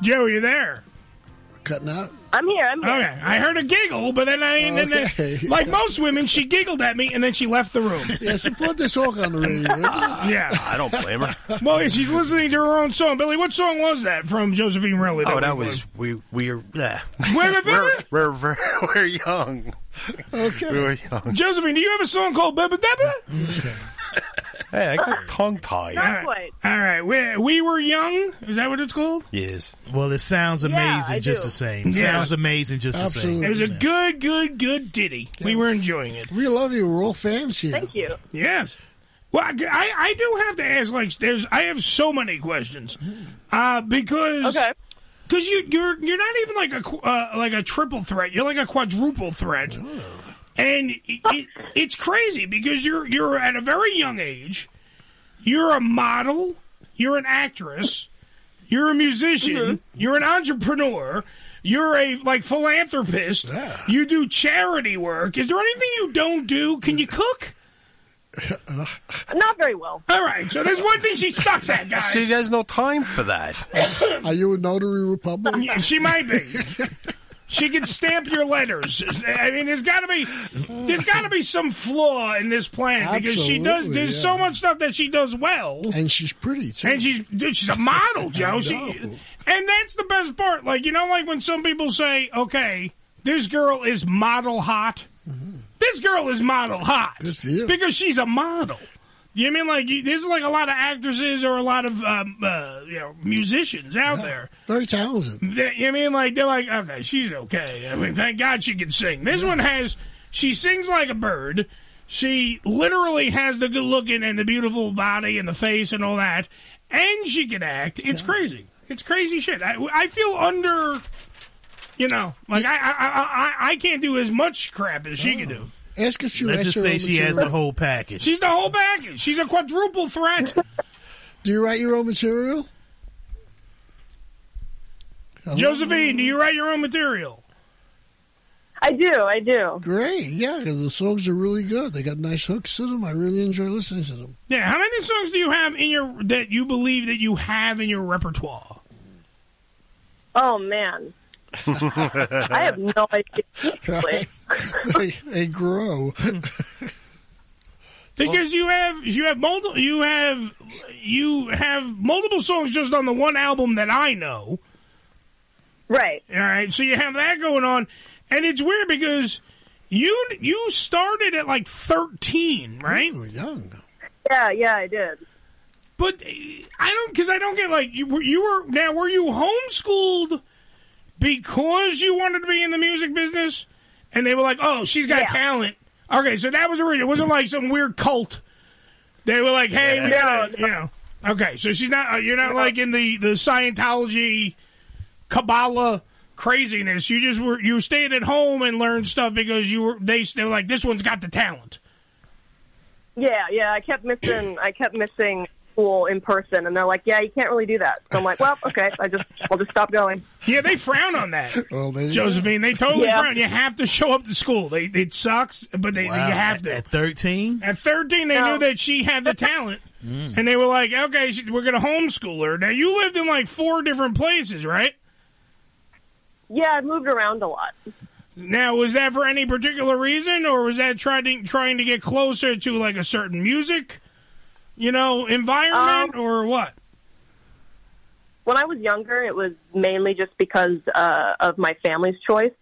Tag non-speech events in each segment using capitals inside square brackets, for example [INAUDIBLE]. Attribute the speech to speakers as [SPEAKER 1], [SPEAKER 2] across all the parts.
[SPEAKER 1] Joe, you there?
[SPEAKER 2] Cutting out?
[SPEAKER 3] I'm here. I'm here.
[SPEAKER 1] Okay. I heard a giggle, but then I and then-
[SPEAKER 2] Okay.
[SPEAKER 1] like most women, she giggled at me and then she left the room.
[SPEAKER 2] Yeah, support this hawk on the
[SPEAKER 4] [LAUGHS]
[SPEAKER 2] radio.
[SPEAKER 1] Yeah.
[SPEAKER 5] I don't blame [LAUGHS] her.
[SPEAKER 1] Well, she's listening to her own song. Billy, what song was that from Josephine Relly?
[SPEAKER 5] Oh, that
[SPEAKER 1] we
[SPEAKER 5] was we we are
[SPEAKER 4] [LAUGHS]
[SPEAKER 5] yeah.
[SPEAKER 1] Wait a
[SPEAKER 5] we're,
[SPEAKER 1] minute.
[SPEAKER 5] we're we're we're young.
[SPEAKER 2] Okay.
[SPEAKER 5] We were young.
[SPEAKER 1] played? Josephine, do you have a song called Beba Deba?
[SPEAKER 5] Hey, I got tongue tied.
[SPEAKER 1] All right. All right. We, we Were Young? Is that what it's called?
[SPEAKER 5] Yes.
[SPEAKER 4] Well, it sounds amazing
[SPEAKER 3] I
[SPEAKER 4] just
[SPEAKER 3] do.
[SPEAKER 4] the same.
[SPEAKER 1] Yeah.
[SPEAKER 4] Sounds amazing just
[SPEAKER 2] Absolutely.
[SPEAKER 1] It was a good, good, good ditty. We were enjoying it.
[SPEAKER 2] We love you. We're all fans here.
[SPEAKER 3] Thank you.
[SPEAKER 1] Yes. Well, I, I I do have to ask. Like, there's I have so many questions, uh, because
[SPEAKER 3] Okay.
[SPEAKER 1] because you you're you're not even like a qu- uh, like a triple threat. You're like a quadruple threat, and it, it, it's crazy because you're you're at a very young age. You're a model. You're an actress. You're a musician. You're an entrepreneur. You're a like philanthropist. You do charity work. Is there anything you don't do? Can you cook?
[SPEAKER 3] Not very well.
[SPEAKER 1] All right, so there's one thing she sucks at, guys.
[SPEAKER 5] See, there's no time for that.
[SPEAKER 2] Are you a notary republic?
[SPEAKER 1] Yeah, she might be. She can stamp your letters. I mean, there's got to be there's got to be some flaw in this plan because she does.
[SPEAKER 2] Absolutely,
[SPEAKER 1] There's
[SPEAKER 2] yeah.
[SPEAKER 1] so much stuff that she does well,
[SPEAKER 2] And she's pretty too.
[SPEAKER 1] and she's dude, she's a model, Joe. She,
[SPEAKER 2] know.
[SPEAKER 1] and that's the best part. Like you know, like when some people say, "Okay, this girl is model hot." This girl is model hot
[SPEAKER 2] Good for you.
[SPEAKER 1] because she's a model. You mean like you, there's like a lot of actresses or a lot of um, uh, you know musicians out there
[SPEAKER 2] Very talented.
[SPEAKER 1] they, you mean like they're like okay, she's okay. I mean, thank God she can sing. This one has she sings like a bird. She literally has the good looking and the beautiful body and the face and all that, and she can act. It's crazy. It's crazy shit. I, I feel under, you know, like I I, I I I can't do as much crap as she can do.
[SPEAKER 2] Ask if she
[SPEAKER 4] Let's just say she has the whole package.
[SPEAKER 1] She's the whole package. She's a quadruple threat.
[SPEAKER 2] Do you write your own material? Hello?
[SPEAKER 1] Josephine, do you write your own material?
[SPEAKER 3] I do. I do.
[SPEAKER 2] Great, yeah, 'cause the songs are really good. They got nice hooks to them. I really enjoy listening to
[SPEAKER 4] [LAUGHS]
[SPEAKER 2] them.
[SPEAKER 1] Yeah, how many songs do you have in your that you believe that you have in your repertoire?
[SPEAKER 3] Oh man. I have no idea. Really.
[SPEAKER 2] [LAUGHS] they, they grow.
[SPEAKER 1] Because you have you have multiple you have you have multiple songs just on the one album that I know.
[SPEAKER 3] Right.
[SPEAKER 1] All right, so you have that going on, and it's weird because you you started at like thirteen, right?
[SPEAKER 2] They were young.
[SPEAKER 3] Yeah. Yeah. I did.
[SPEAKER 1] But uh, I don't because I don't get like you were, you were now were you homeschooled because you wanted to be in the music business, and they were like, oh, she's got
[SPEAKER 3] Yeah.
[SPEAKER 1] talent. Okay, so that was the reason. It wasn't like some weird cult. They were like, hey, we gotta, you know. Okay, so she's not. Uh, you're not like in the the Scientology, Kabbalah craziness. You just were you stayed at home and learned stuff because you were they they were like this one's got the talent.
[SPEAKER 3] Yeah. Yeah. I kept missing. I kept missing school in person, and they're like, "Yeah, you can't really do that." So I'm like, "Well, okay. I just I'll just stop going."
[SPEAKER 1] Yeah, they frown on that.
[SPEAKER 2] Well, they,
[SPEAKER 1] Josephine, they totally
[SPEAKER 3] Yeah.
[SPEAKER 1] frown. You have to show up to school. They it sucks, but they
[SPEAKER 4] Wow.
[SPEAKER 1] you have
[SPEAKER 4] At-
[SPEAKER 1] to.
[SPEAKER 4] At 13?
[SPEAKER 1] At thirteen, they
[SPEAKER 3] No.
[SPEAKER 1] knew that she had the talent, and they were like, "Okay, she- we're gonna homeschool her." Now you lived in like four different places, right?
[SPEAKER 3] Yeah. I moved around a lot.
[SPEAKER 1] Now was that for any particular reason, or was that trying trying to get closer to like a certain music, you know, environment,
[SPEAKER 3] Um,
[SPEAKER 1] or what?
[SPEAKER 3] when I was younger, it was mainly just because uh, of my family's choice.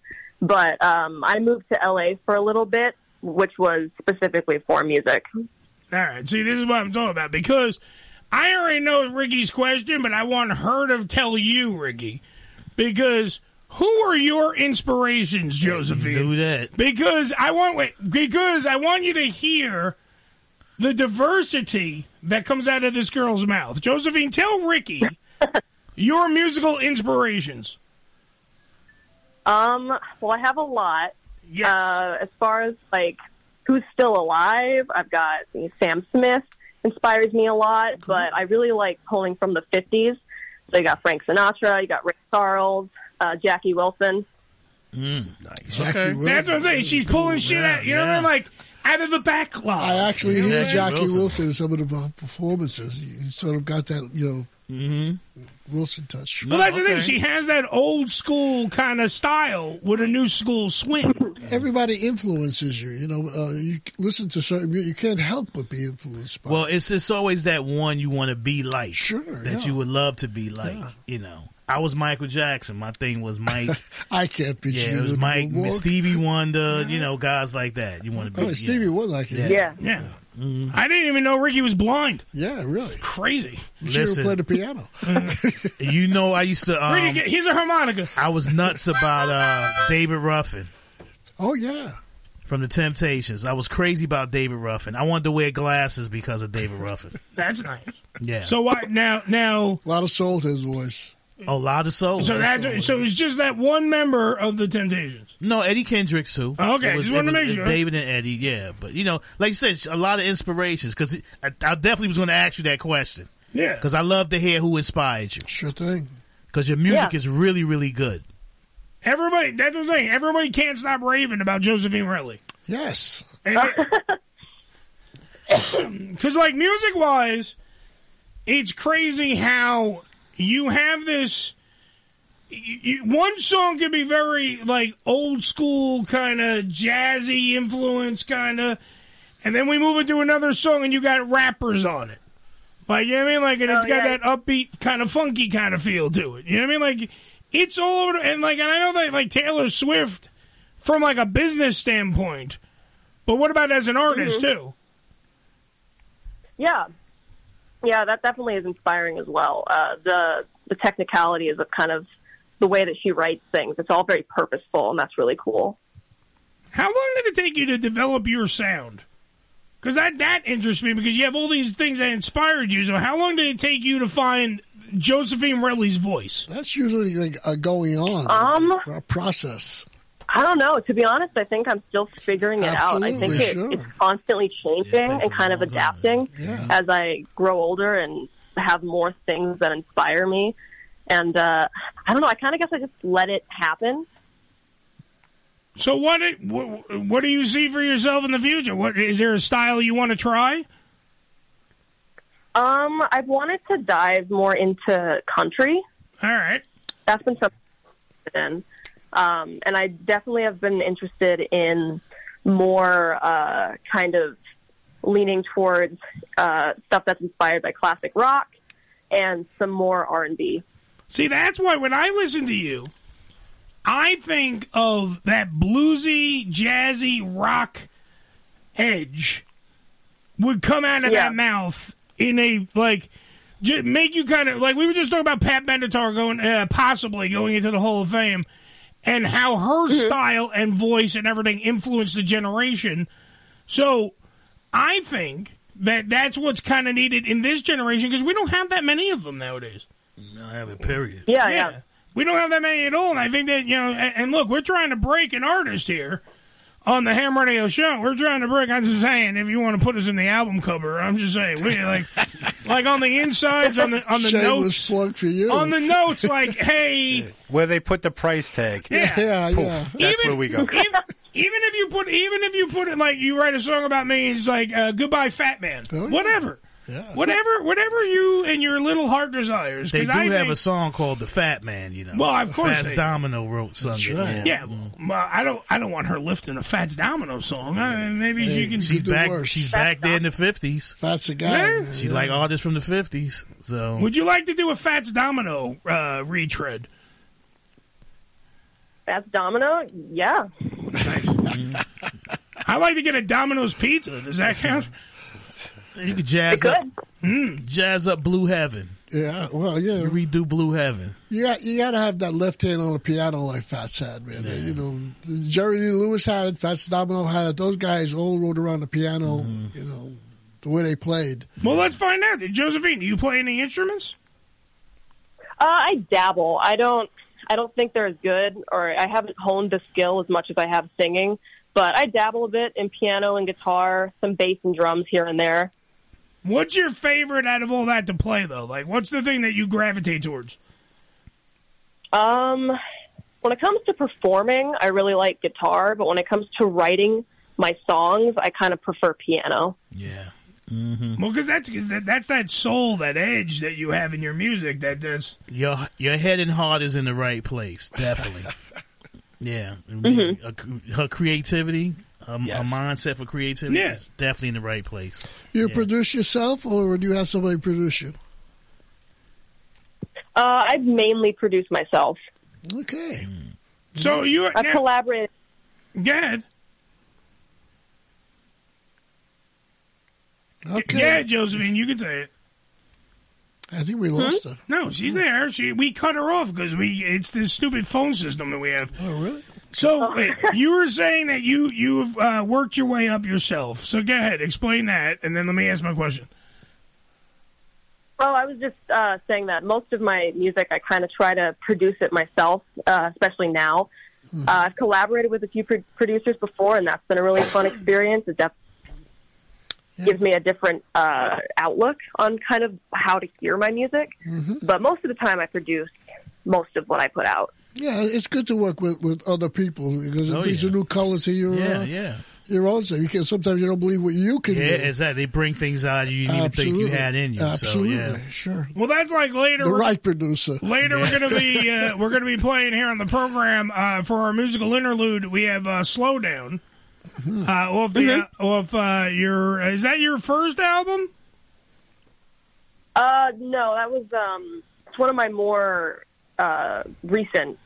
[SPEAKER 3] But um, I moved to LA for a little bit, which was specifically for music.
[SPEAKER 1] All right. See, this is what I'm talking about because I already know Ricky's question, but I want her to tell you, Ricky, because who are your inspirations, Josephine?
[SPEAKER 4] Do that.
[SPEAKER 1] Because I want wait, because I want you to hear the diversity that comes out of this girl's mouth. Josephine, tell Ricky your musical inspirations.
[SPEAKER 3] Um, well, I have a lot.
[SPEAKER 1] Yes.
[SPEAKER 3] Uh, as far as like who's still alive, I've got Sam Smith inspires me a lot, but I really like pulling from the 50s. So you got Frank Sinatra, you got Rick Charles, uh, Jackie Wilson.
[SPEAKER 2] Jackie Wilson.
[SPEAKER 1] That's what I'm saying. She's pulling shit out. You know what I mean? Like out of the backlog.
[SPEAKER 2] I actually hear
[SPEAKER 4] Jackie
[SPEAKER 2] Jackie
[SPEAKER 4] Wilson.
[SPEAKER 2] Wilson in some of the performances. You sort of got that, you know, Mm-hmm. Wilson touch.
[SPEAKER 1] Well, that's the thing.
[SPEAKER 4] okay.
[SPEAKER 1] She has that old school kind of style with a new school swing.
[SPEAKER 2] Everybody influences you. You know, uh, you listen to certain music, you can't help but be influenced by.
[SPEAKER 4] Well, it's it's always that one you want to be like.
[SPEAKER 2] Sure,
[SPEAKER 4] That
[SPEAKER 2] yeah.
[SPEAKER 4] you would love to be like. You know. I was Michael Jackson. My thing was Mike.
[SPEAKER 2] [LAUGHS] I can't be.
[SPEAKER 4] Yeah, it was Mike, Stevie Wonder. You know, guys like that. You want to be
[SPEAKER 2] Oh, Stevie Wonder. I can.
[SPEAKER 3] Yeah.
[SPEAKER 1] Yeah. I didn't even know Ricky was blind.
[SPEAKER 2] yeah, really.
[SPEAKER 1] Crazy.
[SPEAKER 2] She would
[SPEAKER 4] Listen.
[SPEAKER 2] play the piano.
[SPEAKER 4] Yeah. You know, I used to.
[SPEAKER 1] Ricky,
[SPEAKER 4] Um,
[SPEAKER 1] get, here's a harmonica.
[SPEAKER 4] I was nuts about uh, David Ruffin.
[SPEAKER 2] Oh yeah.
[SPEAKER 4] from the Temptations. I was crazy about David Ruffin. I wanted to wear glasses because of
[SPEAKER 1] [LAUGHS]
[SPEAKER 4] David Ruffin.
[SPEAKER 1] That's nice.
[SPEAKER 4] Yeah.
[SPEAKER 1] So why now? Now,
[SPEAKER 2] A lot of soul to his voice.
[SPEAKER 4] oh, Loud of Soul.
[SPEAKER 1] so that's so it's just that one member of the Temptations.
[SPEAKER 4] no, Eddie Kendricks too.
[SPEAKER 1] Oh, Okay, just wanted to make sure.
[SPEAKER 4] David and Eddie. Yeah, but you know, like you said, a lot of inspirations. Because I, I definitely was going to ask you that question
[SPEAKER 1] Yeah.
[SPEAKER 4] because I love to hear who inspired you.
[SPEAKER 2] Sure thing.
[SPEAKER 4] Because your music
[SPEAKER 3] Yeah.
[SPEAKER 4] is really, really good.
[SPEAKER 1] Everybody, that's the thing. Everybody can't stop raving about Josephine Redley.
[SPEAKER 2] Yes.
[SPEAKER 1] Because, like, music wise, it's crazy how you have this. You, you- one song can be very, like, old school, kind of jazzy influence, kind of. And then we move into another song and you got rappers on it. Like, you know what I mean? Like, and it's
[SPEAKER 3] Oh,
[SPEAKER 1] got
[SPEAKER 3] yeah.
[SPEAKER 1] that upbeat, kind of funky kind of feel to it. You know what I mean? Like, it's all over. the- And, like, and I know that, like, Taylor Swift, from, like, a business standpoint, but what about as an artist
[SPEAKER 3] Mm-hmm.
[SPEAKER 1] too?
[SPEAKER 3] Yeah, yeah, that definitely is inspiring as well. Uh, the the technicality is of kind of the way that she writes things. It's all very purposeful, and that's really cool.
[SPEAKER 1] How long did it take you to develop your sound? Because that that interests me because you have all these things that inspired you. So how long did it take you to find Josephine Redley's voice?
[SPEAKER 2] That's usually like a going on
[SPEAKER 3] Um.
[SPEAKER 2] a process.
[SPEAKER 3] I don't know. To be honest, I think I'm still figuring it out. I think it,
[SPEAKER 2] Absolutely, sure.
[SPEAKER 3] it's constantly changing
[SPEAKER 4] takes
[SPEAKER 3] and
[SPEAKER 4] a
[SPEAKER 3] kind of
[SPEAKER 4] long time.
[SPEAKER 3] adapting
[SPEAKER 2] Yeah.
[SPEAKER 3] as I grow older and have more things that inspire me. And uh, I don't know. I kind of guess I just let it happen.
[SPEAKER 1] So what, it- what what do you see for yourself in the future? What is there a style you want to try?
[SPEAKER 3] Um, I've wanted to dive more into country.
[SPEAKER 1] All right.
[SPEAKER 3] that's been something I've been in. Um, and I definitely have been interested in more uh, kind of leaning towards uh, stuff that's inspired by classic rock and some more R and B.
[SPEAKER 1] See, that's why when I listen to you, I think of that bluesy, jazzy rock edge would come out of
[SPEAKER 3] Yeah.
[SPEAKER 1] that mouth in a like ju- make you kind of like we were just talking about Pat Benatar going uh, possibly going into the Hall of Fame and how her style and voice and everything influenced the generation. So I think that that's what's kind of needed in this generation because we don't have that many of them nowadays.
[SPEAKER 4] I have a period.
[SPEAKER 3] Yeah,
[SPEAKER 1] Yeah.
[SPEAKER 3] yeah,
[SPEAKER 1] We don't have that many at all. And I think that, you know, and, and look, we're trying to break an artist here on the Ham Radio show. We're trying to break. I'm just saying, if you want to put us in the album cover, I'm just saying, we
[SPEAKER 4] [LAUGHS]
[SPEAKER 1] like, like on the insides, on the, on the notes,
[SPEAKER 2] Shameless plug for you.
[SPEAKER 1] on the notes, like, hey,
[SPEAKER 5] Where they put the price tag.
[SPEAKER 2] [LAUGHS] yeah, yeah.
[SPEAKER 5] That's where we go.
[SPEAKER 1] even, even if you put, even if you put it like you write a song about me, it's like uh, goodbye, fat man,
[SPEAKER 2] Oh, yeah.
[SPEAKER 1] whatever,
[SPEAKER 2] Yeah.
[SPEAKER 1] whatever, whatever you and your little heart desires.
[SPEAKER 4] They
[SPEAKER 1] 'Cause
[SPEAKER 4] do
[SPEAKER 1] I
[SPEAKER 4] have
[SPEAKER 1] think-
[SPEAKER 4] a song called "The Fat Man." You know.
[SPEAKER 1] Well, of course
[SPEAKER 4] Fats
[SPEAKER 1] they-
[SPEAKER 4] Domino wrote something.
[SPEAKER 2] right.
[SPEAKER 1] Yeah, well, well, I don't. I don't want her lifting a Fats Domino song. I, maybe she can.
[SPEAKER 4] She's
[SPEAKER 2] do
[SPEAKER 4] back.
[SPEAKER 2] worse.
[SPEAKER 4] She's back there in the fifties.
[SPEAKER 2] That's a guy.
[SPEAKER 1] Yeah.
[SPEAKER 4] She like artists from the fifties. So
[SPEAKER 1] Would you like to do a Fats Domino uh, retread?
[SPEAKER 3] that's Domino. Yeah,
[SPEAKER 1] I like to get a Domino's pizza. Does that count?
[SPEAKER 4] you could jazz up,
[SPEAKER 3] good.
[SPEAKER 4] jazz up Blue Heaven,
[SPEAKER 2] Yeah, well, yeah.
[SPEAKER 4] redo Blue Heaven.
[SPEAKER 2] You got you got to have that left hand on the piano like Fats had, man. You know, Jerry Lee Lewis had it. Fats Domino had it. Those guys all rode around the piano.
[SPEAKER 4] Mm-hmm.
[SPEAKER 2] You know, the way they played.
[SPEAKER 1] Well, let's find out. Josephine, do you play any instruments?
[SPEAKER 3] Uh, I dabble. I don't. I don't think they're as good, or I haven't honed the skill as much as I have singing. But I dabble a bit in piano and guitar, some bass and drums here and there.
[SPEAKER 1] What's your favorite out of all that to play though? Like, what's the thing that you gravitate towards?
[SPEAKER 3] Um, when it comes to performing, I really like guitar, but when it comes to writing my songs, I kind of prefer piano.
[SPEAKER 4] Yeah,
[SPEAKER 1] Well, because that's 'cause that, that's that soul, that edge that you have in your music. That just
[SPEAKER 4] Your your head and heart is in the right place, definitely. yeah, her, her creativity, um, her,
[SPEAKER 5] Yes.
[SPEAKER 4] her mindset for creativity
[SPEAKER 1] Yeah.
[SPEAKER 4] is definitely in the right place.
[SPEAKER 2] You
[SPEAKER 4] Yeah.
[SPEAKER 2] produce yourself, or do you have somebody produce you?
[SPEAKER 3] Uh, I mainly produce myself.
[SPEAKER 2] Okay.
[SPEAKER 1] so you
[SPEAKER 3] I've
[SPEAKER 1] now,
[SPEAKER 3] collaborated.
[SPEAKER 1] go ahead.
[SPEAKER 4] Mm.
[SPEAKER 2] Okay.
[SPEAKER 1] Yeah, Josephine, you can say it.
[SPEAKER 2] I think we lost her.
[SPEAKER 1] No, she's there. She we cut her off because we it's this stupid phone system that we have.
[SPEAKER 2] Oh, really?
[SPEAKER 1] So wait, you were saying that you you've uh, worked your way up yourself. So go ahead, explain that, and then let me ask my question.
[SPEAKER 3] Oh, I was just uh, saying that most of my music, I kind of try to produce it myself, uh, especially now. Uh, I've collaborated with a few pro- producers before, and that's been a really fun experience. It definitely gives me a different uh, outlook on kind of how to hear my music. But most of the time, I produce most of what I put out.
[SPEAKER 2] Yeah, it's good to work with, with other people because it
[SPEAKER 4] Oh,
[SPEAKER 2] brings
[SPEAKER 4] yeah.
[SPEAKER 2] a new color to your
[SPEAKER 4] Yeah,
[SPEAKER 2] uh,
[SPEAKER 4] yeah,
[SPEAKER 2] your own self. You can sometimes you don't believe what you can
[SPEAKER 4] yeah.
[SPEAKER 2] do.
[SPEAKER 4] Exactly. They bring things out you didn't even think you
[SPEAKER 2] Absolutely.
[SPEAKER 4] had in you.
[SPEAKER 2] Absolutely,
[SPEAKER 4] So yeah.
[SPEAKER 2] sure.
[SPEAKER 1] Well, that's like later.
[SPEAKER 2] The right producer.
[SPEAKER 1] Later, we're gonna be
[SPEAKER 2] [LAUGHS]
[SPEAKER 1] uh, we're gonna be playing here on the program uh, for our musical interlude. We have uh, slowdown
[SPEAKER 2] Mm-hmm.
[SPEAKER 1] uh, off the uh, off uh, your is that your first album?
[SPEAKER 3] Uh, no, that was um, it's one of my more uh, recent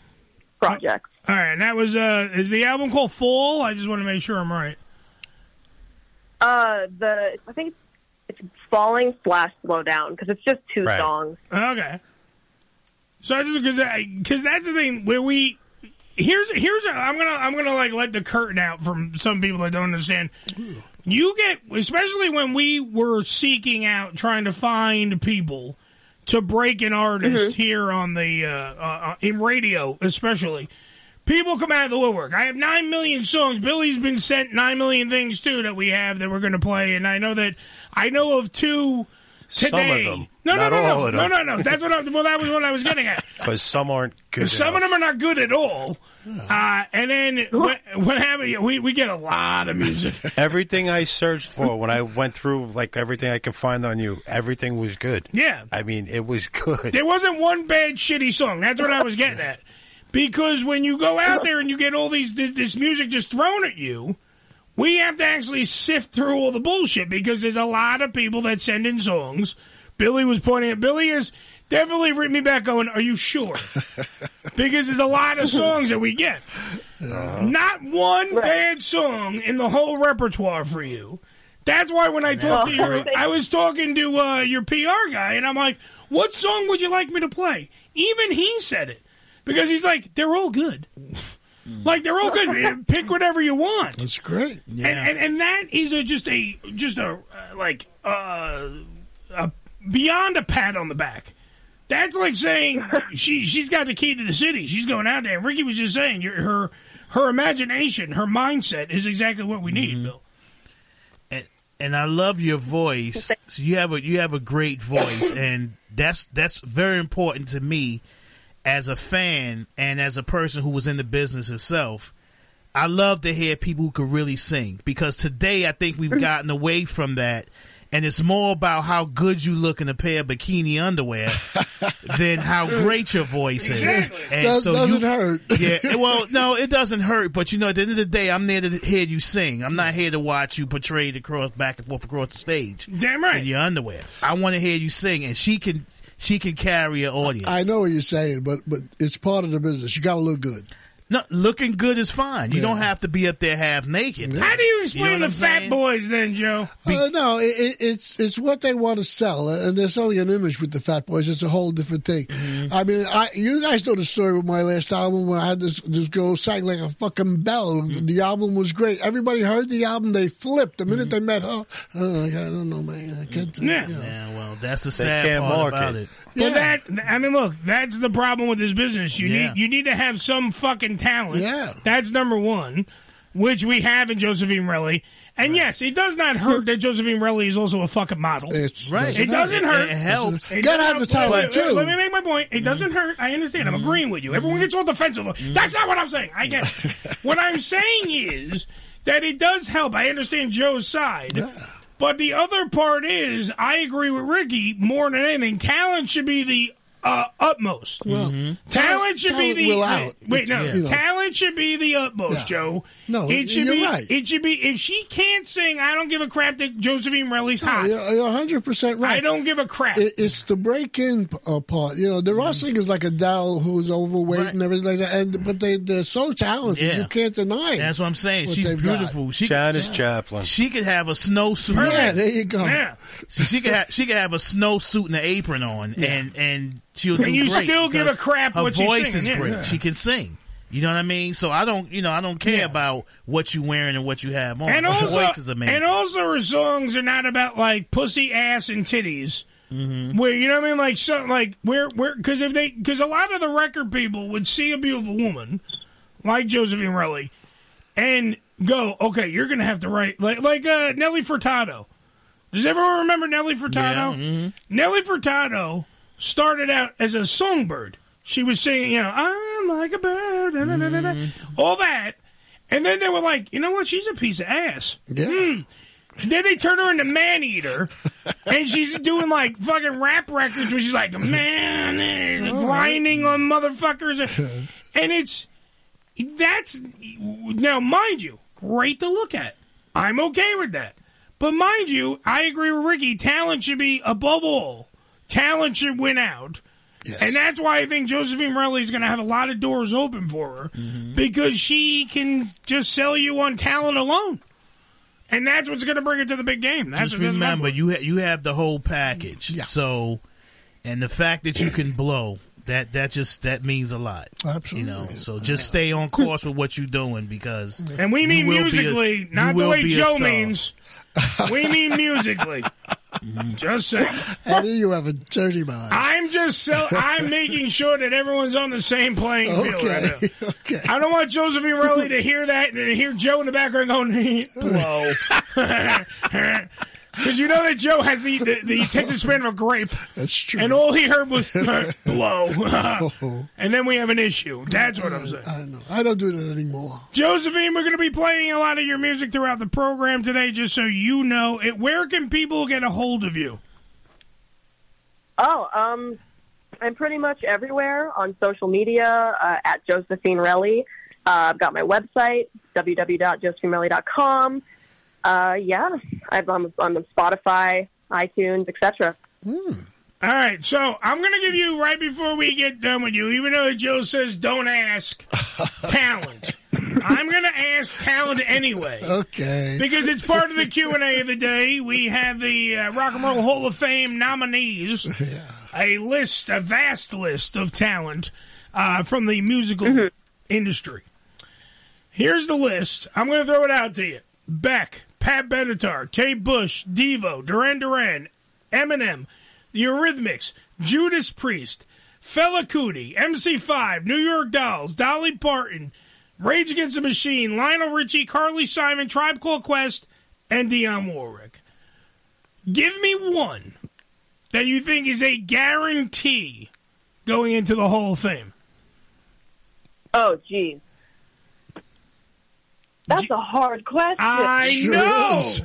[SPEAKER 3] projects.
[SPEAKER 1] All right, and that was uh, is the album called Full? I just want to make sure I'm right.
[SPEAKER 3] Uh, the I think it's falling slash slow down because it's just two
[SPEAKER 5] Right.
[SPEAKER 3] songs.
[SPEAKER 1] Okay. So I just because because that's the thing where we here's here's a, I'm gonna I'm gonna like let the curtain out from some people that don't understand. You get especially when we were seeking out trying to find people to break an artist here on the uh, uh, in radio especially. People come out of the woodwork. I have nine million songs. Billy's been sent nine million things too that we have that we're going to play, and I know that I know of two today.
[SPEAKER 5] Some of them.
[SPEAKER 1] No,
[SPEAKER 5] Not
[SPEAKER 1] no, no,
[SPEAKER 5] all
[SPEAKER 1] no,
[SPEAKER 5] of
[SPEAKER 1] no,
[SPEAKER 5] them.
[SPEAKER 1] no, no. That's what I, well, that was what I was getting
[SPEAKER 5] [LAUGHS]
[SPEAKER 1] at.
[SPEAKER 5] because some aren't good.
[SPEAKER 1] Some of them are not good at all. Uh, and then what, what happened? We we get a lot of music.
[SPEAKER 5] Everything I searched for when I went through, like everything I could find on you, everything was good.
[SPEAKER 1] Yeah,
[SPEAKER 5] I mean, it was good.
[SPEAKER 1] there wasn't one bad shitty song. That's what I was getting at. Because when you go out there and you get all these th- this music just thrown at you, we have to actually sift through all the bullshit because there's a lot of people that send in songs. Billy was pointing at Billy is definitely ripped me back going, "Are you sure?" because there's a lot of songs that we get. Not one bad song in the whole repertoire for you. That's why when I talked to your, I was talking to uh, your PR guy, and I'm like, "What song would you like me to play?" Even he said it because he's like, "They're all good. Like they're all good. Pick whatever you want."
[SPEAKER 2] That's great.
[SPEAKER 1] and, and and that is a, just a just a uh, like uh, a beyond a pat on the back. That's like
[SPEAKER 4] [LAUGHS]
[SPEAKER 1] saying she she's got the key to the city. She's going out there. And Ricky was just saying your, her her imagination, her mindset is exactly what we
[SPEAKER 4] Mm-hmm.
[SPEAKER 1] need, Bill.
[SPEAKER 4] and and I love your voice. So you have a you have a great voice, and that's that's very important to me as a fan and as a person who was in the business itself. I love to hear people who could really sing because today I think we've gotten away from that. And it's more about how good you look in a pair of bikini underwear than how great your voice is.
[SPEAKER 1] Exactly.
[SPEAKER 4] And
[SPEAKER 2] That
[SPEAKER 4] so
[SPEAKER 2] doesn't
[SPEAKER 4] you,
[SPEAKER 2] hurt.
[SPEAKER 4] [LAUGHS] yeah. eh, Well, no, it doesn't hurt, but you know, at the end of the day, I'm there to hear you sing. I'm not here to watch you portrayed across back and forth across the stage
[SPEAKER 1] Damn right.
[SPEAKER 4] in your underwear. I want to hear you sing, and she can she can carry an audience.
[SPEAKER 2] I know what you're saying, but but it's part of the business. You got to look good.
[SPEAKER 4] no, looking good is fine. You
[SPEAKER 2] Yeah.
[SPEAKER 4] don't have to be up there half naked.
[SPEAKER 1] How do you explain
[SPEAKER 4] know what
[SPEAKER 1] the
[SPEAKER 4] I'm
[SPEAKER 1] fat
[SPEAKER 4] saying?
[SPEAKER 1] boys then, Joe?
[SPEAKER 2] uh, no, it, it, it's it's what they want to sell, and they're selling an image with the Fat Boys. It's a whole different thing.
[SPEAKER 1] Mm-hmm.
[SPEAKER 2] I mean, I you guys know the story with my last album when I had this this girl sang like a fucking bell.
[SPEAKER 1] Mm-hmm.
[SPEAKER 2] The album was great. Everybody heard the album. They flipped the minute they met her. Oh, I don't know, man. I can't.
[SPEAKER 1] Mm-hmm. Yeah.
[SPEAKER 2] you know.
[SPEAKER 4] Yeah, well, that's the sad
[SPEAKER 5] can't
[SPEAKER 4] part
[SPEAKER 5] market.
[SPEAKER 4] about it.
[SPEAKER 1] Well,
[SPEAKER 2] Yeah.
[SPEAKER 1] that I mean, look, that's the problem with this business. You
[SPEAKER 4] Yeah.
[SPEAKER 1] need you need to have some fucking talent.
[SPEAKER 2] Yeah.
[SPEAKER 1] that's number one, which we have in Josephine Relly. And yes, it does not hurt that Josephine Relly is also a fucking model.
[SPEAKER 2] It's
[SPEAKER 4] Right.
[SPEAKER 1] It doesn't hurt.
[SPEAKER 4] It, it helps.
[SPEAKER 1] It
[SPEAKER 2] Gotta
[SPEAKER 1] doesn't-
[SPEAKER 2] have the talent,
[SPEAKER 1] wait, wait, wait,
[SPEAKER 2] too. Mm-hmm.
[SPEAKER 1] Let me make my point. It doesn't hurt. I understand. I'm agreeing with you. Everyone gets all defensive. That's not what I'm saying. I get
[SPEAKER 2] [LAUGHS]
[SPEAKER 1] it. what I'm saying is that it does help. I understand Joe's side. But the other part is, I agree with Ricky more than anything. Talent should be the uh, utmost.
[SPEAKER 2] Well,
[SPEAKER 1] talent should
[SPEAKER 2] talent
[SPEAKER 1] be the
[SPEAKER 2] will out.
[SPEAKER 1] wait no.
[SPEAKER 2] Yeah. You know.
[SPEAKER 1] Talent should be the utmost, Joe.
[SPEAKER 2] No,
[SPEAKER 1] it should
[SPEAKER 2] you're
[SPEAKER 1] be.
[SPEAKER 2] right.
[SPEAKER 1] It should be if she can't sing. I don't give a crap that Josephine Relly's hot.
[SPEAKER 2] You're you're 100% right.
[SPEAKER 1] I don't give a crap.
[SPEAKER 2] It, it's the break in uh, part. You know, there
[SPEAKER 1] Mm-hmm.
[SPEAKER 2] are singers like Adele who's overweight and everything like that, and but they they're so talented
[SPEAKER 4] Yeah.
[SPEAKER 2] you can't deny it.
[SPEAKER 4] That's what I'm saying.
[SPEAKER 2] What
[SPEAKER 4] She's
[SPEAKER 2] they've got.
[SPEAKER 4] beautiful. She
[SPEAKER 5] Janis Joplin.
[SPEAKER 4] she could have a snowsuit.
[SPEAKER 2] yeah, there you go.
[SPEAKER 1] yeah.
[SPEAKER 4] So she could have she could have a snowsuit and an apron on, and and she'll do
[SPEAKER 1] And you
[SPEAKER 4] great
[SPEAKER 1] still give
[SPEAKER 4] because
[SPEAKER 1] a crap
[SPEAKER 4] Her
[SPEAKER 1] what she's
[SPEAKER 4] voice
[SPEAKER 1] singing,
[SPEAKER 4] is
[SPEAKER 1] yeah.
[SPEAKER 4] great.
[SPEAKER 1] Yeah.
[SPEAKER 4] She can sing. You know what I mean? So I don't, you know, I don't care about what you wearing and what you have on.
[SPEAKER 1] And
[SPEAKER 4] Her [LAUGHS]
[SPEAKER 1] also,
[SPEAKER 4] voice is amazing.
[SPEAKER 1] and also, her songs are not about like pussy, ass, and titties.
[SPEAKER 4] Mm-hmm.
[SPEAKER 1] Where you know what I mean? Like something like where where because if they because a lot of the record people would see a beautiful woman like Josephine Relly and go, okay, you're gonna have to write like like uh, Nelly Furtado. Does everyone remember Nelly Furtado?
[SPEAKER 4] mm-hmm.
[SPEAKER 1] Nelly Furtado started out as a songbird. She was singing, you know, I'm like a bird, da, da, da, da, da,
[SPEAKER 4] Mm-hmm.
[SPEAKER 1] all that. And then they were like, you know what? She's a piece of ass.
[SPEAKER 2] Yeah.
[SPEAKER 1] Mm. Then they turn her into man eater, and she's doing like fucking rap records where she's like man, eh, grinding on motherfuckers, and it's that's now mind you, great to look at. I'm okay with that, but mind you, I agree with Ricky. Talent should be above all. Talent should win out. And that's why I think Josephine Relly is going to have a lot of doors open for her
[SPEAKER 4] Mm-hmm.
[SPEAKER 1] because she can just sell you on talent alone. And that's what's going to bring her to the big game. That's
[SPEAKER 4] just
[SPEAKER 1] what- that's my
[SPEAKER 4] remember
[SPEAKER 1] point.
[SPEAKER 4] you ha- you have the whole package. So, and the fact that you can blow that that just that means a lot. You
[SPEAKER 2] Absolutely.
[SPEAKER 4] know, so just stay on course with what you're doing because
[SPEAKER 1] And we
[SPEAKER 4] you
[SPEAKER 1] mean
[SPEAKER 4] will be a-
[SPEAKER 1] musically,
[SPEAKER 4] you
[SPEAKER 1] not the
[SPEAKER 4] will
[SPEAKER 1] way
[SPEAKER 4] be a
[SPEAKER 1] Joe
[SPEAKER 4] star.
[SPEAKER 1] means. We mean
[SPEAKER 4] [LAUGHS]
[SPEAKER 1] musically. just saying.
[SPEAKER 2] Eddie, you have a dirty mind.
[SPEAKER 1] I'm just so I'm making sure that everyone's on the same playing field right now.
[SPEAKER 2] okay. [LAUGHS] okay.
[SPEAKER 1] I don't want Josephine Relly to hear that and to hear Joe in the background going, blow. [LAUGHS] Because you know that Joe has the, the, the attention span of a grape,
[SPEAKER 2] That's true.
[SPEAKER 1] and all he heard was blow. [LAUGHS] and then we have an issue. That's what I'm saying.
[SPEAKER 2] I know. I don't do that anymore.
[SPEAKER 1] Josephine, we're going to be playing a lot of your music throughout the program today, just so you know. It, where can people get a hold of you?
[SPEAKER 3] Oh, um, I'm pretty much everywhere on social media uh, at Josephine Relly. Uh, I've got my website www.josephinerelly.com. Uh, yeah, I've, I'm, I'm on Spotify, iTunes, etc.
[SPEAKER 1] All right, so I'm going to give you right before we get done with you, even though Joe says don't ask [LAUGHS] talent. I'm going to ask talent anyway.
[SPEAKER 2] Okay.
[SPEAKER 1] because it's part of the Q and A of the day. We have the uh, Rock and Roll Hall of Fame nominees, a list, a vast list of talent uh, from the musical industry. Here's the list. I'm going to throw it out to you: Beck, Pat Benatar, Kate Bush, Devo, Duran Duran, Eminem, The Eurythmics, Judas Priest, Fella Kuti, MC5, New York Dolls, Dolly Parton. Rage Against the Machine, Lionel Richie, Carly Simon, Tribe Called Quest, and Dionne Warwick. Give me one that you think is a guarantee going into the Hall of Fame.
[SPEAKER 3] Oh, geez. That's a hard question.
[SPEAKER 1] I
[SPEAKER 2] Sure
[SPEAKER 1] know.
[SPEAKER 2] is.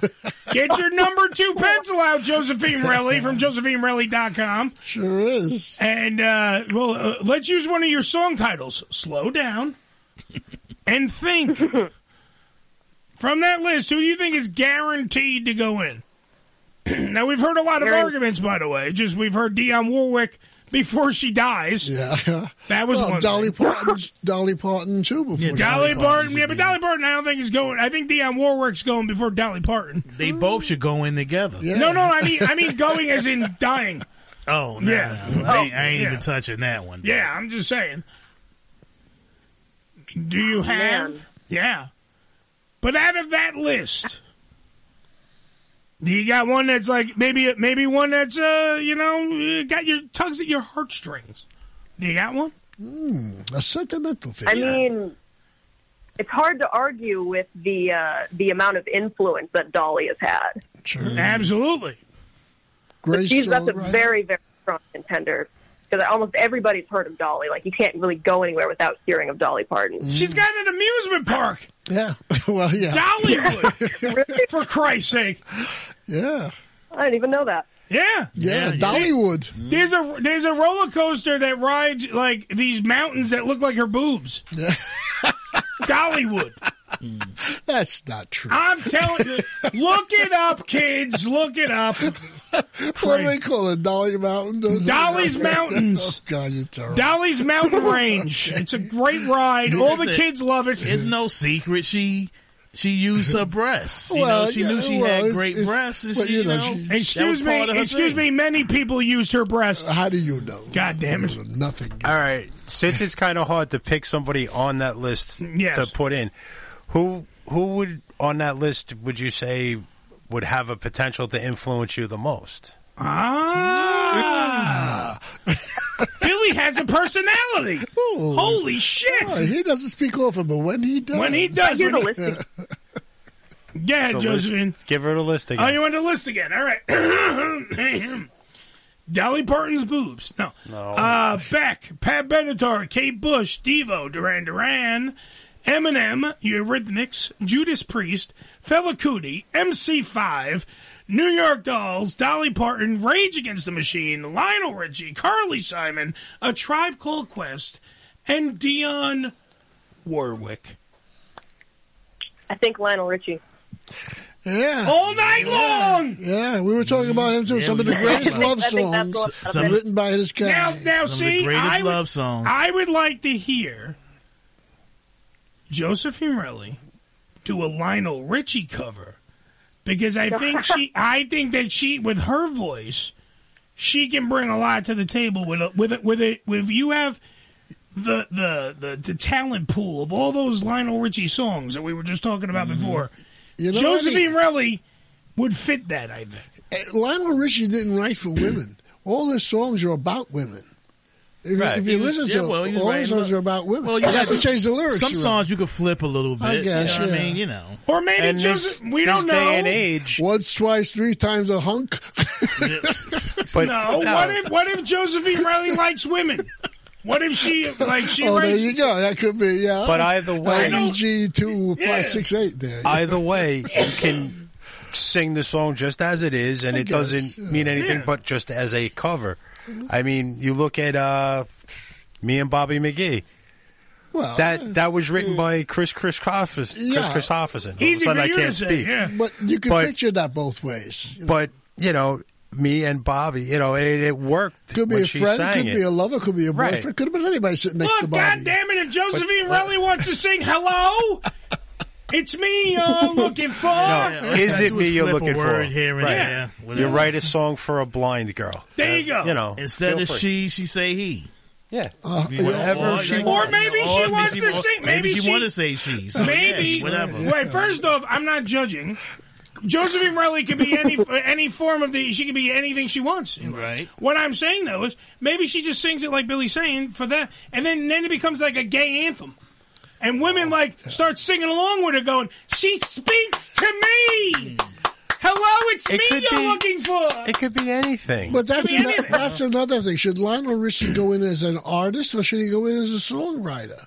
[SPEAKER 1] Get your number two
[SPEAKER 2] [LAUGHS]
[SPEAKER 1] pencil out, Josephine Relly from josephinerelly.com.
[SPEAKER 2] Sure is.
[SPEAKER 1] And, uh, well, uh, let's use one of your song titles. Slow down and think. From that list, who do you think is guaranteed to go in? [CLEARS THROAT] now, we've heard a lot of
[SPEAKER 3] Guaran-
[SPEAKER 1] arguments, by the way. Just we've heard Dionne Warwick before she dies. [LAUGHS]
[SPEAKER 2] Yeah.
[SPEAKER 1] That was
[SPEAKER 2] Well,
[SPEAKER 1] one
[SPEAKER 2] Dolly
[SPEAKER 1] thing.
[SPEAKER 2] Parton, Dolly Parton too. Before
[SPEAKER 1] Dolly Parton. Yeah, but Dolly Parton, I don't think is going. I think Dionne Warwick's going before Dolly Parton.
[SPEAKER 4] they both should go in together.
[SPEAKER 2] Yeah.
[SPEAKER 1] No, no, I mean, I mean going as in
[SPEAKER 2] [LAUGHS]
[SPEAKER 1] dying.
[SPEAKER 4] Oh, no,
[SPEAKER 1] Yeah.
[SPEAKER 4] no, no. I ain't, I ain't
[SPEAKER 1] Yeah.
[SPEAKER 4] even touching that one.
[SPEAKER 1] Yeah, I'm just saying. Do you have?
[SPEAKER 3] man.
[SPEAKER 1] Yeah. But out of that list, do you got one that's like maybe maybe one that's uh you know uh, got your tugs at your heartstrings? Do you got one?
[SPEAKER 2] A sentimental thing.
[SPEAKER 3] I mean, it's hard to argue with the uh, the amount of influence that Dolly has had.
[SPEAKER 1] Mm-hmm.
[SPEAKER 2] sure.
[SPEAKER 1] Absolutely.
[SPEAKER 2] Grace
[SPEAKER 3] She's that's a
[SPEAKER 2] Jones, right?
[SPEAKER 3] very very strong contender because almost everybody's heard of Dolly. Like you can't really go anywhere without hearing of Dolly Parton.
[SPEAKER 1] She's got an amusement park,
[SPEAKER 2] Yeah. [LAUGHS] well, yeah.
[SPEAKER 1] Dollywood, for Christ's sake.
[SPEAKER 2] Yeah.
[SPEAKER 3] I didn't even know that.
[SPEAKER 1] Yeah.
[SPEAKER 2] Yeah, Dollywood. [LAUGHS]
[SPEAKER 1] There's a there's a roller coaster that rides like these mountains that look like her boobs. Dollywood.
[SPEAKER 2] That's not true.
[SPEAKER 1] I'm telling you, look it up, kids. Look it
[SPEAKER 2] [LAUGHS]
[SPEAKER 1] up.
[SPEAKER 2] What do they call it? Dolly Mountain? Those- [LAUGHS]
[SPEAKER 1] Dolly's Mountains.
[SPEAKER 2] Oh, God, you're terrible.
[SPEAKER 1] Dolly's Mountain Range. It's a great ride. All the
[SPEAKER 4] Listen,
[SPEAKER 1] kids love it.
[SPEAKER 4] It's no secret she she used her breasts. You know, she
[SPEAKER 2] yeah,
[SPEAKER 4] knew she
[SPEAKER 2] well,
[SPEAKER 4] had
[SPEAKER 2] it's-
[SPEAKER 4] great
[SPEAKER 2] it's-
[SPEAKER 4] breasts. And
[SPEAKER 2] well,
[SPEAKER 4] she,
[SPEAKER 2] you
[SPEAKER 4] you
[SPEAKER 2] know,
[SPEAKER 4] know,
[SPEAKER 2] she-
[SPEAKER 4] that
[SPEAKER 1] Excuse
[SPEAKER 4] was part of
[SPEAKER 1] me.
[SPEAKER 4] her
[SPEAKER 1] Excuse
[SPEAKER 4] thing.
[SPEAKER 1] me. Many people used her breasts.
[SPEAKER 2] How do you know?
[SPEAKER 1] God damn it.
[SPEAKER 2] You know Nothing.
[SPEAKER 5] All right. Since it's kind of hard to pick somebody on that list
[SPEAKER 1] Yes.
[SPEAKER 5] to put in, who who would on that list would you say would have a potential to influence you the most?
[SPEAKER 1] Ah. Billy has a personality.
[SPEAKER 2] Ooh.
[SPEAKER 1] Holy
[SPEAKER 2] Oh,
[SPEAKER 1] shit.
[SPEAKER 2] he doesn't speak often, but when he does,
[SPEAKER 1] When he does,
[SPEAKER 3] You're
[SPEAKER 1] when
[SPEAKER 3] the
[SPEAKER 1] he,
[SPEAKER 3] listening.
[SPEAKER 2] [LAUGHS]
[SPEAKER 1] yeah,
[SPEAKER 5] The list-
[SPEAKER 1] Josephine.
[SPEAKER 5] give her the list again.
[SPEAKER 1] Oh, you want the list again? All right. [COUGHS] Dolly Parton's boobs. No.
[SPEAKER 5] No.
[SPEAKER 1] Uh, Beck, Pat Benatar, Kate Bush, Devo, Duran Duran, Eminem, Eurythmics, Judas Priest, Fela Kuti, MC5, New York Dolls, Dolly Parton, Rage Against the Machine, Lionel Richie, Carly Simon, A Tribe Called Quest, and Dion Warwick.
[SPEAKER 3] I think Lionel Richie.
[SPEAKER 2] yeah,
[SPEAKER 1] All night long!
[SPEAKER 2] yeah, we were talking about him too.
[SPEAKER 4] Yeah,
[SPEAKER 2] Some of the
[SPEAKER 4] we were talking
[SPEAKER 2] greatest
[SPEAKER 4] about
[SPEAKER 2] love
[SPEAKER 3] I think that's
[SPEAKER 2] songs
[SPEAKER 3] a lot of
[SPEAKER 4] Some-
[SPEAKER 3] it.
[SPEAKER 2] written by this guy.
[SPEAKER 1] Now, now,
[SPEAKER 4] Some of
[SPEAKER 1] see,
[SPEAKER 4] the greatest
[SPEAKER 1] I would,
[SPEAKER 4] love songs.
[SPEAKER 1] I would like to hear Josephine Relly do a Lionel Richie cover because I think she, I think that she, with her voice, she can bring a lot to the table. With a, with a, with it, if you have the, the the the talent pool of all those Lionel Richie songs that we were just talking about
[SPEAKER 5] Mm-hmm.
[SPEAKER 1] before,
[SPEAKER 2] you know what I mean?
[SPEAKER 1] Josephine Relly would fit that. I think.
[SPEAKER 2] Uh, Lionel Richie didn't write for women. All his songs are about women. If, you-
[SPEAKER 5] Right.
[SPEAKER 2] if you
[SPEAKER 4] He was-
[SPEAKER 2] listen
[SPEAKER 4] yeah,
[SPEAKER 2] to
[SPEAKER 4] well, he
[SPEAKER 2] them,
[SPEAKER 4] was
[SPEAKER 2] all his
[SPEAKER 4] writing
[SPEAKER 2] songs
[SPEAKER 4] about-
[SPEAKER 2] are about women.
[SPEAKER 4] Well,
[SPEAKER 2] Well,
[SPEAKER 4] you
[SPEAKER 2] you have
[SPEAKER 4] had-
[SPEAKER 2] to change the lyrics.
[SPEAKER 4] Some
[SPEAKER 2] around.
[SPEAKER 4] songs you could flip a little bit.
[SPEAKER 2] I guess,
[SPEAKER 4] you know what
[SPEAKER 2] yeah.
[SPEAKER 4] I mean, you know.
[SPEAKER 1] Or maybe
[SPEAKER 5] and this,
[SPEAKER 1] Joseph, we
[SPEAKER 5] this
[SPEAKER 1] don't know.
[SPEAKER 5] day and age,
[SPEAKER 2] Once, twice, three times a hunk.
[SPEAKER 5] but
[SPEAKER 1] No, what if what if Josephine Riley likes women? What if she like she
[SPEAKER 2] oh, there
[SPEAKER 1] writes?
[SPEAKER 2] you go. That could be, yeah.
[SPEAKER 5] But either way-
[SPEAKER 2] LBG two
[SPEAKER 1] Yeah.
[SPEAKER 2] five six eight. There.
[SPEAKER 5] either way, you can sing the song just as it is, and
[SPEAKER 2] I
[SPEAKER 5] it
[SPEAKER 2] guess,
[SPEAKER 5] doesn't mean anything
[SPEAKER 1] Yeah.
[SPEAKER 5] but just as a cover. I mean, you look at uh, me and Bobby McGee.
[SPEAKER 2] well,
[SPEAKER 5] That that was written by Chris Chris Christopherson.
[SPEAKER 2] Hmm. Yeah.
[SPEAKER 5] Chris Christopherson. All of a
[SPEAKER 1] Easy for
[SPEAKER 5] sudden, I
[SPEAKER 1] you
[SPEAKER 5] can't
[SPEAKER 1] to say.
[SPEAKER 5] speak.
[SPEAKER 1] Yeah.
[SPEAKER 2] but you can
[SPEAKER 5] but-
[SPEAKER 2] picture that both ways.
[SPEAKER 5] But you know, me and Bobby, you know, it, it worked
[SPEAKER 2] Could be
[SPEAKER 5] when
[SPEAKER 2] a
[SPEAKER 5] she
[SPEAKER 2] friend,
[SPEAKER 5] sang
[SPEAKER 2] could
[SPEAKER 5] it.
[SPEAKER 2] be a lover, could be a
[SPEAKER 5] Right.
[SPEAKER 2] boyfriend, could have been anybody sitting next to
[SPEAKER 1] Look,
[SPEAKER 2] Bobby.
[SPEAKER 1] goddamn it! If Josephine
[SPEAKER 5] uh,
[SPEAKER 1] Riley wants to sing "Hello," it's me you're looking for.
[SPEAKER 5] no, is it
[SPEAKER 4] You would
[SPEAKER 5] me you're
[SPEAKER 4] flip a
[SPEAKER 5] looking for?
[SPEAKER 4] word here and
[SPEAKER 5] Right.
[SPEAKER 4] there,
[SPEAKER 5] You
[SPEAKER 4] whatever.
[SPEAKER 5] write a song for a blind girl.
[SPEAKER 1] There you go.
[SPEAKER 5] You know,
[SPEAKER 4] Instead
[SPEAKER 5] feel
[SPEAKER 4] of
[SPEAKER 5] free.
[SPEAKER 4] she, she say he.
[SPEAKER 5] yeah.
[SPEAKER 2] Uh,
[SPEAKER 5] Whatever
[SPEAKER 2] yeah.
[SPEAKER 5] Or she
[SPEAKER 1] Or maybe she
[SPEAKER 4] Or
[SPEAKER 1] wants
[SPEAKER 4] maybe
[SPEAKER 1] to sing- maybe
[SPEAKER 4] she,
[SPEAKER 1] she-
[SPEAKER 4] want to say she. So
[SPEAKER 1] Maybe
[SPEAKER 4] yeah, whatever.
[SPEAKER 1] Wait, first off, I'm not judging. Josephine Riley can be any any form of the. She can be anything she wants.
[SPEAKER 4] Right.
[SPEAKER 1] What I'm saying though is maybe she just sings it like Billy's saying for that, and then then it becomes like a gay anthem, and women like start singing along with her, going, "She speaks to me." Hello, it's
[SPEAKER 5] It
[SPEAKER 1] me
[SPEAKER 5] could
[SPEAKER 1] you're
[SPEAKER 5] be-
[SPEAKER 1] looking for.
[SPEAKER 5] It could be anything.
[SPEAKER 2] But that's
[SPEAKER 1] Could be
[SPEAKER 2] ano-
[SPEAKER 1] anything.
[SPEAKER 2] that's another thing. Should Lionel Richie go in as an artist or should he go in as a songwriter?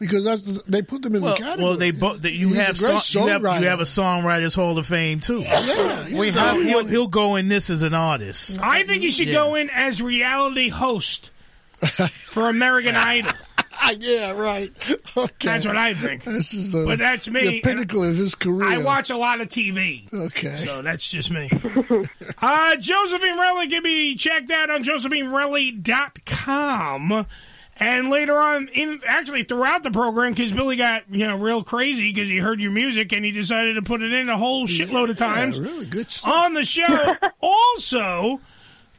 [SPEAKER 2] Because that's they put them in
[SPEAKER 4] Well,
[SPEAKER 2] the category.
[SPEAKER 4] well, they both. that You
[SPEAKER 2] He's a
[SPEAKER 4] have,
[SPEAKER 2] great
[SPEAKER 4] song- you have you
[SPEAKER 2] songwriter.
[SPEAKER 4] have a songwriters Hall of Fame too.
[SPEAKER 2] yeah, yeah.
[SPEAKER 5] we
[SPEAKER 4] So
[SPEAKER 5] have
[SPEAKER 4] he'll,
[SPEAKER 5] one.
[SPEAKER 4] he'll go in this as an artist.
[SPEAKER 1] I think you should go in as reality host for
[SPEAKER 5] [LAUGHS]
[SPEAKER 1] American Idol.
[SPEAKER 2] yeah, right. [LAUGHS] Okay,
[SPEAKER 1] That's what I think.
[SPEAKER 2] This is the,
[SPEAKER 1] But that's me,
[SPEAKER 2] the pinnacle of his career.
[SPEAKER 1] I watch a lot of TV.
[SPEAKER 2] Okay,
[SPEAKER 1] So that's just me. [LAUGHS] uh, Josephine Relly can be checked out on josephinerelly.com. And later on, in actually throughout the program, because Billy got you know real crazy because he heard your music and he decided to put it in a whole shitload of times
[SPEAKER 2] Yeah, really good stuff.
[SPEAKER 1] on the [LAUGHS] show. also,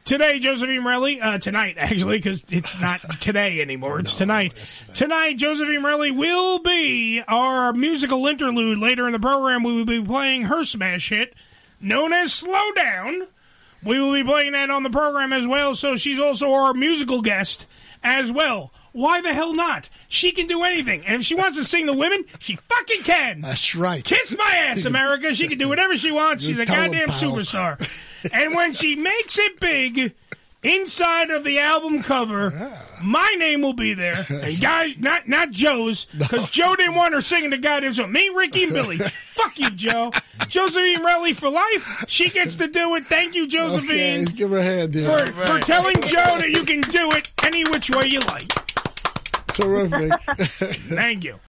[SPEAKER 1] today, Josephine Relly, uh, tonight actually, because it's not today anymore, it's tonight. Tonight, Josephine Relly will be our musical interlude. Later in the program, we will be playing her smash hit known as Slow Down. We will be playing that on the program as well, so she's also our musical guest as well. Why the hell not? She can do anything. And if she wants to sing the women, she fucking [LAUGHS] can.
[SPEAKER 2] That's right.
[SPEAKER 1] Kiss my ass, America. She can do whatever she wants. She's a
[SPEAKER 2] Tell her,
[SPEAKER 1] goddamn
[SPEAKER 2] pal.
[SPEAKER 1] superstar. And when she makes it big, Inside of the album cover, my name will be there, and guys, not not Joe's, because Joe didn't want her singing the goddamn song. Me, Ricky, and Billy. Fuck you, Joe. Josephine Relly for life. She gets to do it. Thank you,
[SPEAKER 2] Okay,
[SPEAKER 1] Josephine,
[SPEAKER 2] let's give her a hand here.
[SPEAKER 1] for, for telling Joe that you can do it any which way you like.
[SPEAKER 2] Terrific.
[SPEAKER 1] [LAUGHS] Thank you.